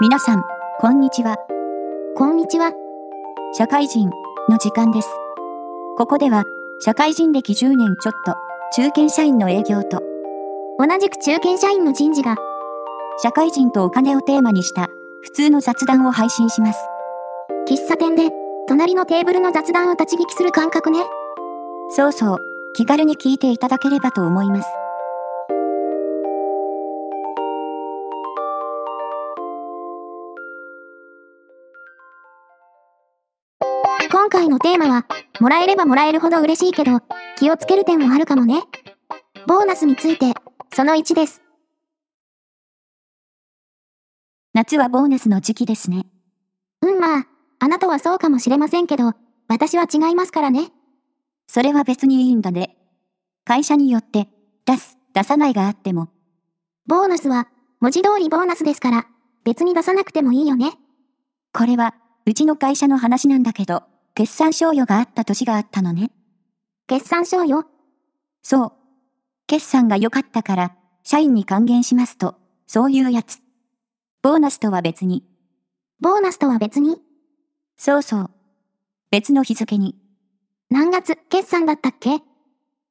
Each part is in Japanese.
皆さん、こんにちは。こんにちは。社会人の時間です。ここでは、社会人歴10年ちょっと、中堅社員の営業と、同じく中堅社員の人事が、社会人とお金をテーマにした、普通の雑談を配信します。喫茶店で、隣のテーブルの雑談を立ち聞きする感覚ね。そうそう、気軽に聞いていただければと思います。今回のテーマは、もらえればもらえるほど嬉しいけど、気をつける点もあるかもね。ボーナスについて、その1です。夏はボーナスの時期ですね。うんまあ、あなたはそうかもしれませんけど、私は違いますからね。それは別にいいんだね。会社によって、出す、出さないがあっても、ボーナスは、文字通りボーナスですから、別に出さなくてもいいよね。これは、うちの会社の話なんだけど、決算賞与があった年があったのね。決算賞よ。そう。決算が良かったから、社員に還元しますと、そういうやつ。ボーナスとは別に、ボーナスとは別に、そうそう。別の日付に、何月、決算だったっけ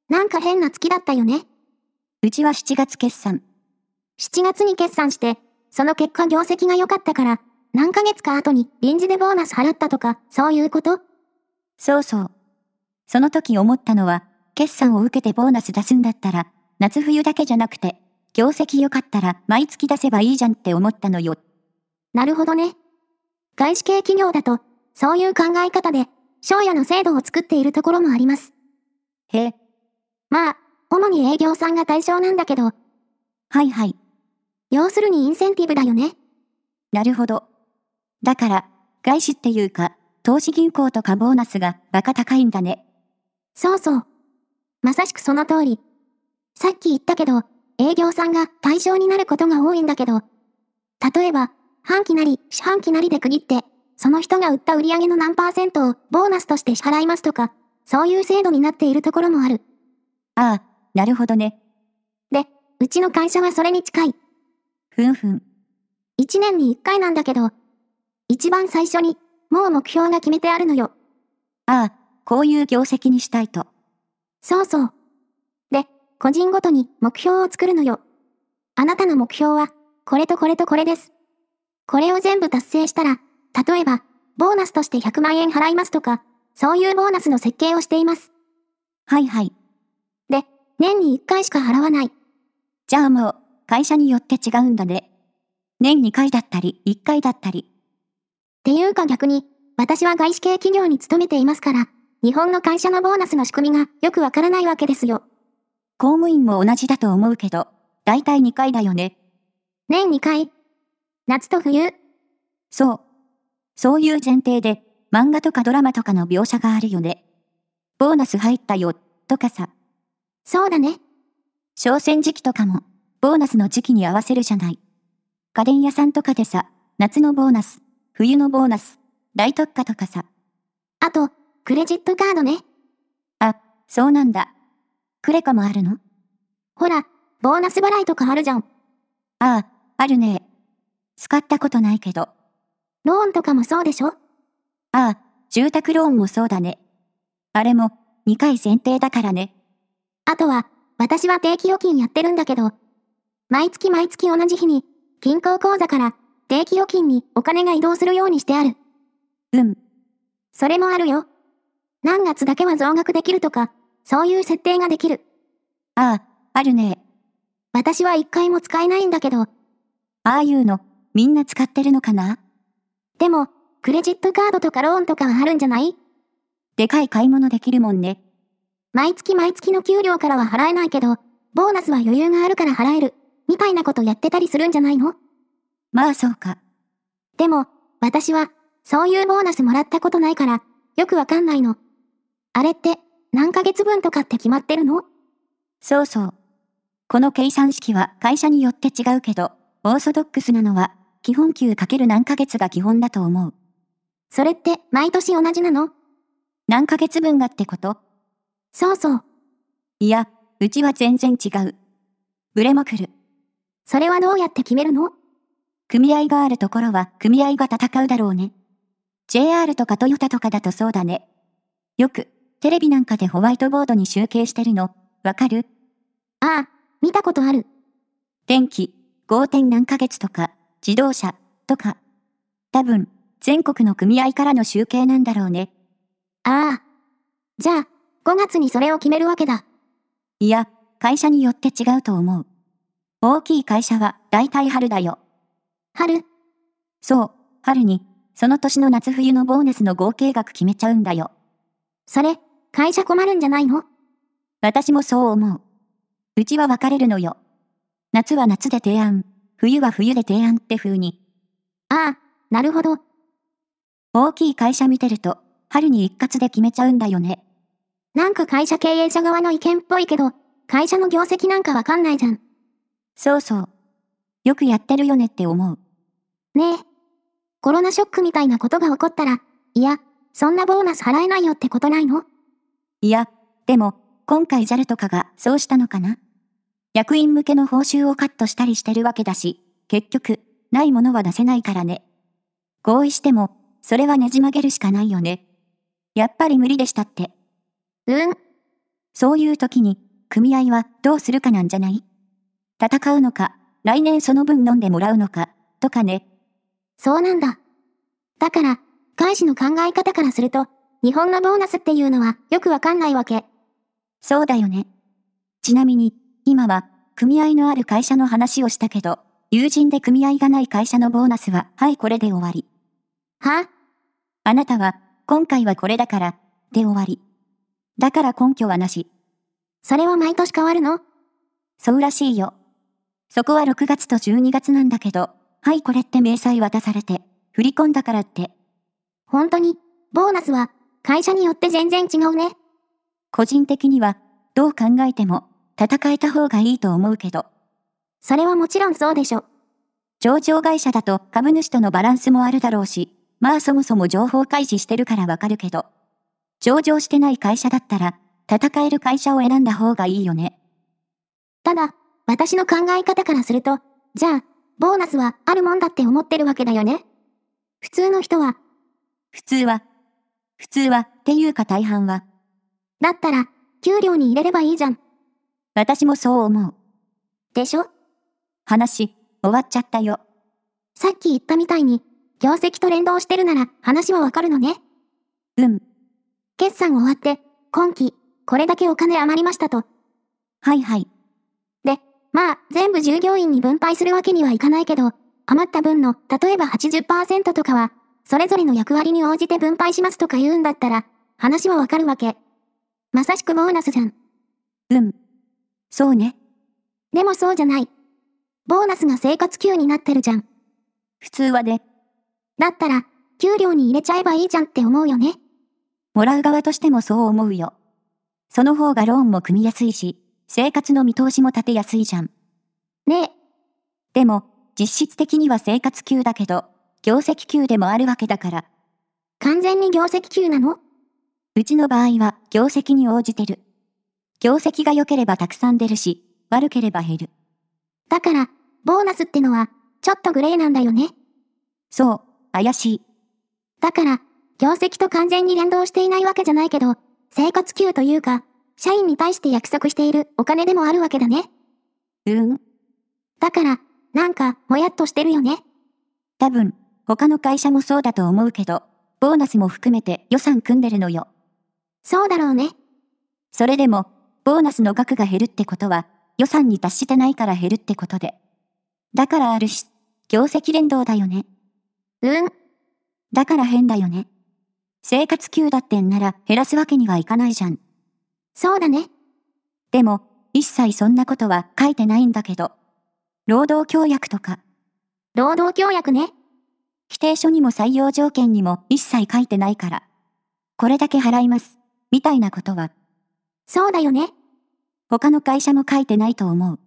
なんか変な月だったよね。うちは7月決算。 7月に決算して、その結果業績が良かったから、何ヶ月か後に臨時でボーナス払ったとか、そういうことそうそう。その時思ったのは、決算を受けてボーナス出すんだったら、夏冬だけじゃなくて、業績良かったら毎月出せばいいじゃんって思ったのよ。なるほどね。外資系企業だと、そういう考え方で、商社の制度を作っているところもあります。へえ、まあ、主に営業さんが対象なんだけど、はいはい、要するにインセンティブだよね。なるほど。だから、外資っていうか、投資銀行とかボーナスがバカ高いんだね。そうそう。まさしくその通り。さっき言ったけど、営業さんが対象になることが多いんだけど、例えば、半期なり四半期なりで区切って、その人が売った売り上げの何パーセントをボーナスとして支払いますとか、そういう制度になっているところもある。ああ、なるほどね。で、うちの会社はそれに近い。ふんふん。 1年に1回なんだけど、一番最初に、もう目標が決めてあるのよ。ああ、こういう業績にしたいと。そうそう。で、個人ごとに目標を作るのよ。あなたの目標は、これとこれとこれです。これを全部達成したら、例えば、ボーナスとして100万円払いますとか、そういうボーナスの設計をしています。はいはい。で、年に1回しか払わない。じゃあもう、会社によって違うんだね。年2回だったり、1回だったり。っていうか逆に、私は外資系企業に勤めていますから、日本の会社のボーナスの仕組みがよくわからないわけですよ。公務員も同じだと思うけど、だいたい2回だよね。年2回。夏と冬。そう。そういう前提で、漫画とかドラマとかの描写があるよね。ボーナス入ったよ、とかさ、そうだね。商戦時期とかも、ボーナスの時期に合わせるじゃない。家電屋さんとかでさ、夏のボーナス、冬のボーナス、大特価とかさ、あと、クレジットカードね。あ、そうなんだ。クレカもあるのほら、ボーナス払いとかあるじゃん。ああ、あるね。使ったことないけど。あローンとかもそうでしょあ、住宅ローンもそうだね。あれも、2回前提だからね。あとは、私は定期預金やってるんだけど、毎月毎月同じ日に、銀行口座から定期預金にお金が移動するようにしてある。うん、それもあるよ。何月だけは増額できるとか、そういう設定ができる。ああ、あるね。私は一回も使えないんだけど、ああいうの、みんな使ってるのかなでも、クレジットカードとかローンとかはあるんじゃないでかい買い物できるもんね。毎月毎月の給料からは払えないけど、ボーナスは余裕があるから払える、みたいなことやってたりするんじゃないのまあそうか。でも、私は、そういうボーナスもらったことないから、よくわかんないの。あれって、何ヶ月分とかって決まってるのそうそう。この計算式は会社によって違うけど、オーソドックスなのは、基本給かける何ヶ月が基本だと思う。それって、毎年同じなの何ヶ月分がってことそうそう。いや、うちは全然違う。ブレも来る。それはどうやって決めるの組合があるところは組合が戦うだろうね。JR とかトヨタとかだとそうだね。よく、テレビなんかでホワイトボードに集計してるの、わかるああ、見たことある。電気、5. 点何ヶ月とか、自動車、とか。多分、全国の組合からの集計なんだろうね。ああ。じゃあ、5月にそれを決めるわけだ。いや、会社によって違うと思う。大きい会社は、だいたい春だよ。春、そう、春に、その年の夏冬のボーナスの合計額決めちゃうんだよ。それ、会社困るんじゃないの私もそう思う。うちは分かれるのよ。夏は夏で提案、冬は冬で提案って風に、ああ、なるほど。大きい会社見てると、春に一括で決めちゃうんだよね。なんか会社経営者側の意見っぽいけど、会社の業績なんかわかんないじゃん。そうそう。よくやってるよねって思う。ねえ。コロナショックみたいなことが起こったら、いや、そんなボーナス払えないよってことないのいや、でも、今回 JAL とかがそうしたのかな役員向けの報酬をカットしたりしてるわけだし、結局、ないものは出せないからね。合意しても、それはねじ曲げるしかないよね。やっぱり無理でしたって。うん、そういう時に、組合はどうするかなんじゃない戦うのか、来年その分飲んでもらうのか、とかね。そうなんだ。だから、外資の考え方からすると、日本のボーナスっていうのはよくわかんないわけ。そうだよね。ちなみに、今は、組合のある会社の話をしたけど、友人で組合がない会社のボーナスは、はいこれで終わり。はあ、あなたは、今回はこれだから、で終わり。だから根拠はなし。それは毎年変わるのそうらしいよ。そこは6月と12月なんだけど、はいこれって明細渡されて、振り込んだからって、本当に、ボーナスは会社によって全然違うね。個人的には、どう考えても、戦えた方がいいと思うけど、それはもちろんそうでしょ。上場会社だと株主とのバランスもあるだろうし、まあそもそも情報開示してるからわかるけど、上場してない会社だったら、戦える会社を選んだ方がいいよね。ただ、私の考え方からすると、じゃあ、ボーナスはあるもんだって思ってるわけだよね。普通の人は、普通は、普通はっていうか大半は、だったら、給料に入れればいいじゃん。私もそう思う。でしょ話、終わっちゃったよ。さっき言ったみたいに、業績と連動してるなら話はわかるのね。うん、決算終わって、今期、これだけお金余りましたと。はいはい、まあ、全部従業員に分配するわけにはいかないけど、余った分の、例えば80%とかは、それぞれの役割に応じて分配しますとか言うんだったら、話はわかるわけ。まさしくボーナスじゃん。うん。そうね、でもそうじゃない。ボーナスが生活給になってるじゃん。普通はね、だったら、給料に入れちゃえばいいじゃんって思うよね。もらう側としてもそう思うよ。その方がローンも組みやすいし、生活の見通しも立てやすいじゃん。ねえ、でも、実質的には生活給だけど、業績給でもあるわけだから、完全に業績給なのうちの場合は業績に応じてる。業績が良ければたくさん出るし、悪ければ減る。だから、ボーナスってのは、ちょっとグレーなんだよね。そう、怪しい。だから、業績と完全に連動していないわけじゃないけど、生活給というか、社員に対して約束しているお金でもあるわけだね。うーん、だから、なんか、もやっとしてるよね。多分、他の会社もそうだと思うけど、ボーナスも含めて予算組んでるのよ。そうだろうね。それでも、ボーナスの額が減るってことは、予算に達してないから減るってことで。だからあるし、業績連動だよね。うん、だから変だよね。生活給だってんなら減らすわけにはいかないじゃん。そうだね。でも、一切そんなことは書いてないんだけど。労働協約とか、労働協約ね。規定書にも採用条件にも一切書いてないから。これだけ払います。みたいなことは、そうだよね。他の会社も書いてないと思う。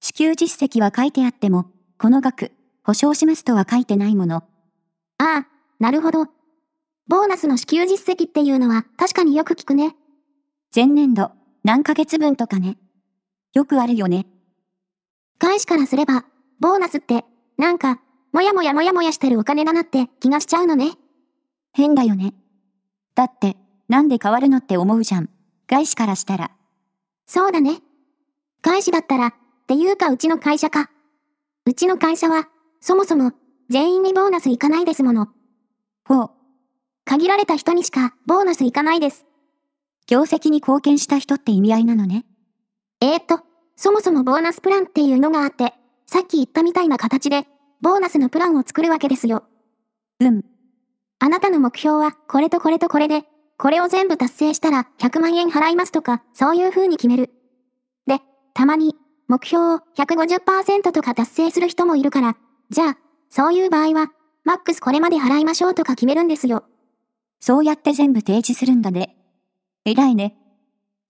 支給実績は書いてあっても、この額、保証しますとは書いてないもの。ああ、なるほど。ボーナスの支給実績っていうのは確かによく聞くね。前年度、何ヶ月分とかね。よくあるよね。外資からすれば、ボーナスって、なんか、もやもやもやもやしてるお金だなって気がしちゃうのね。変だよね。だって、なんで変わるのって思うじゃん。外資からしたら。そうだね。外資だったら、っていうかうちの会社か。うちの会社は、そもそも、全員にボーナスいかないですもの。ほう。限られた人にしか、ボーナスいかないです。業績に貢献した人って意味合いなのね。えーっと、そもそもボーナスプランっていうのがあって、さっき言ったみたいな形で、ボーナスのプランを作るわけですよ。うん。あなたの目標は、これとこれとこれで、これを全部達成したら、100万円払いますとか、そういう風に決める。で、たまに、目標を150%とか達成する人もいるから、じゃあ、そういう場合は、マックスこれまで払いましょうとか決めるんですよ。そうやって全部提示するんだね。偉いね。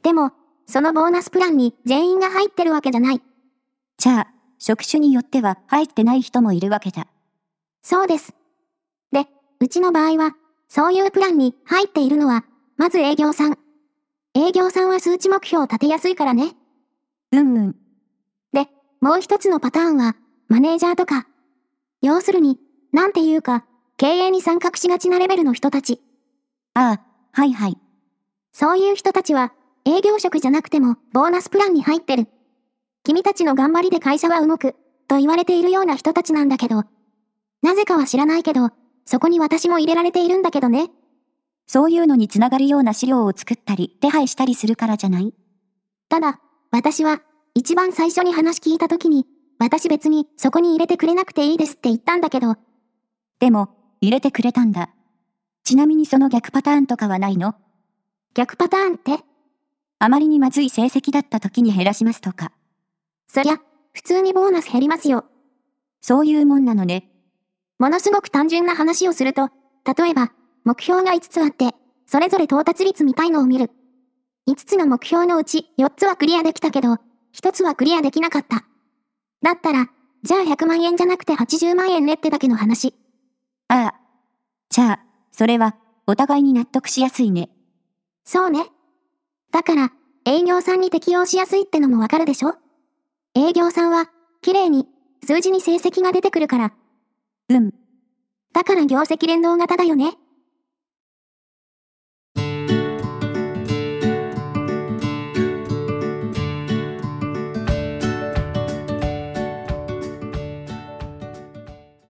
でも、そのボーナスプランに全員が入ってるわけじゃない。じゃあ、職種によっては入ってない人もいるわけだ。そうです。で、うちの場合は、そういうプランに入っているのは、まず営業さん。営業さんは数値目標を立てやすいからね。うんうん。で、もう一つのパターンは、マネージャーとか。要するに、なんていうか、経営に参画しがちなレベルの人たち。ああ、はいはい。そういう人たちは、営業職じゃなくても、ボーナスプランに入ってる。君たちの頑張りで会社は動く、と言われているような人たちなんだけど。なぜかは知らないけど、そこに私も入れられているんだけどね。そういうのにつながるような資料を作ったり、手配したりするからじゃないただ、私は、一番最初に話聞いた時に、私別にそこに入れてくれなくていいですって言ったんだけど、でも、入れてくれたんだ。ちなみにその逆パターンとかはないの逆パターンってあまりにまずい成績だった時に減らしますとか。そりゃ、普通にボーナス減りますよ。そういうもんなのね。ものすごく単純な話をすると、例えば、目標が5つあって、それぞれ到達率みたいのを見る。5つの目標のうち4つはクリアできたけど、1つはクリアできなかった。だったら、じゃあ100万円じゃなくて80万円ねってだけの話。ああ。じゃあ、それは、お互いに納得しやすいね。そうね。だから、営業さんに適用しやすいってのもわかるでしょ営業さんは、綺麗に、数字に成績が出てくるから、うん。だから業績連動型だよね。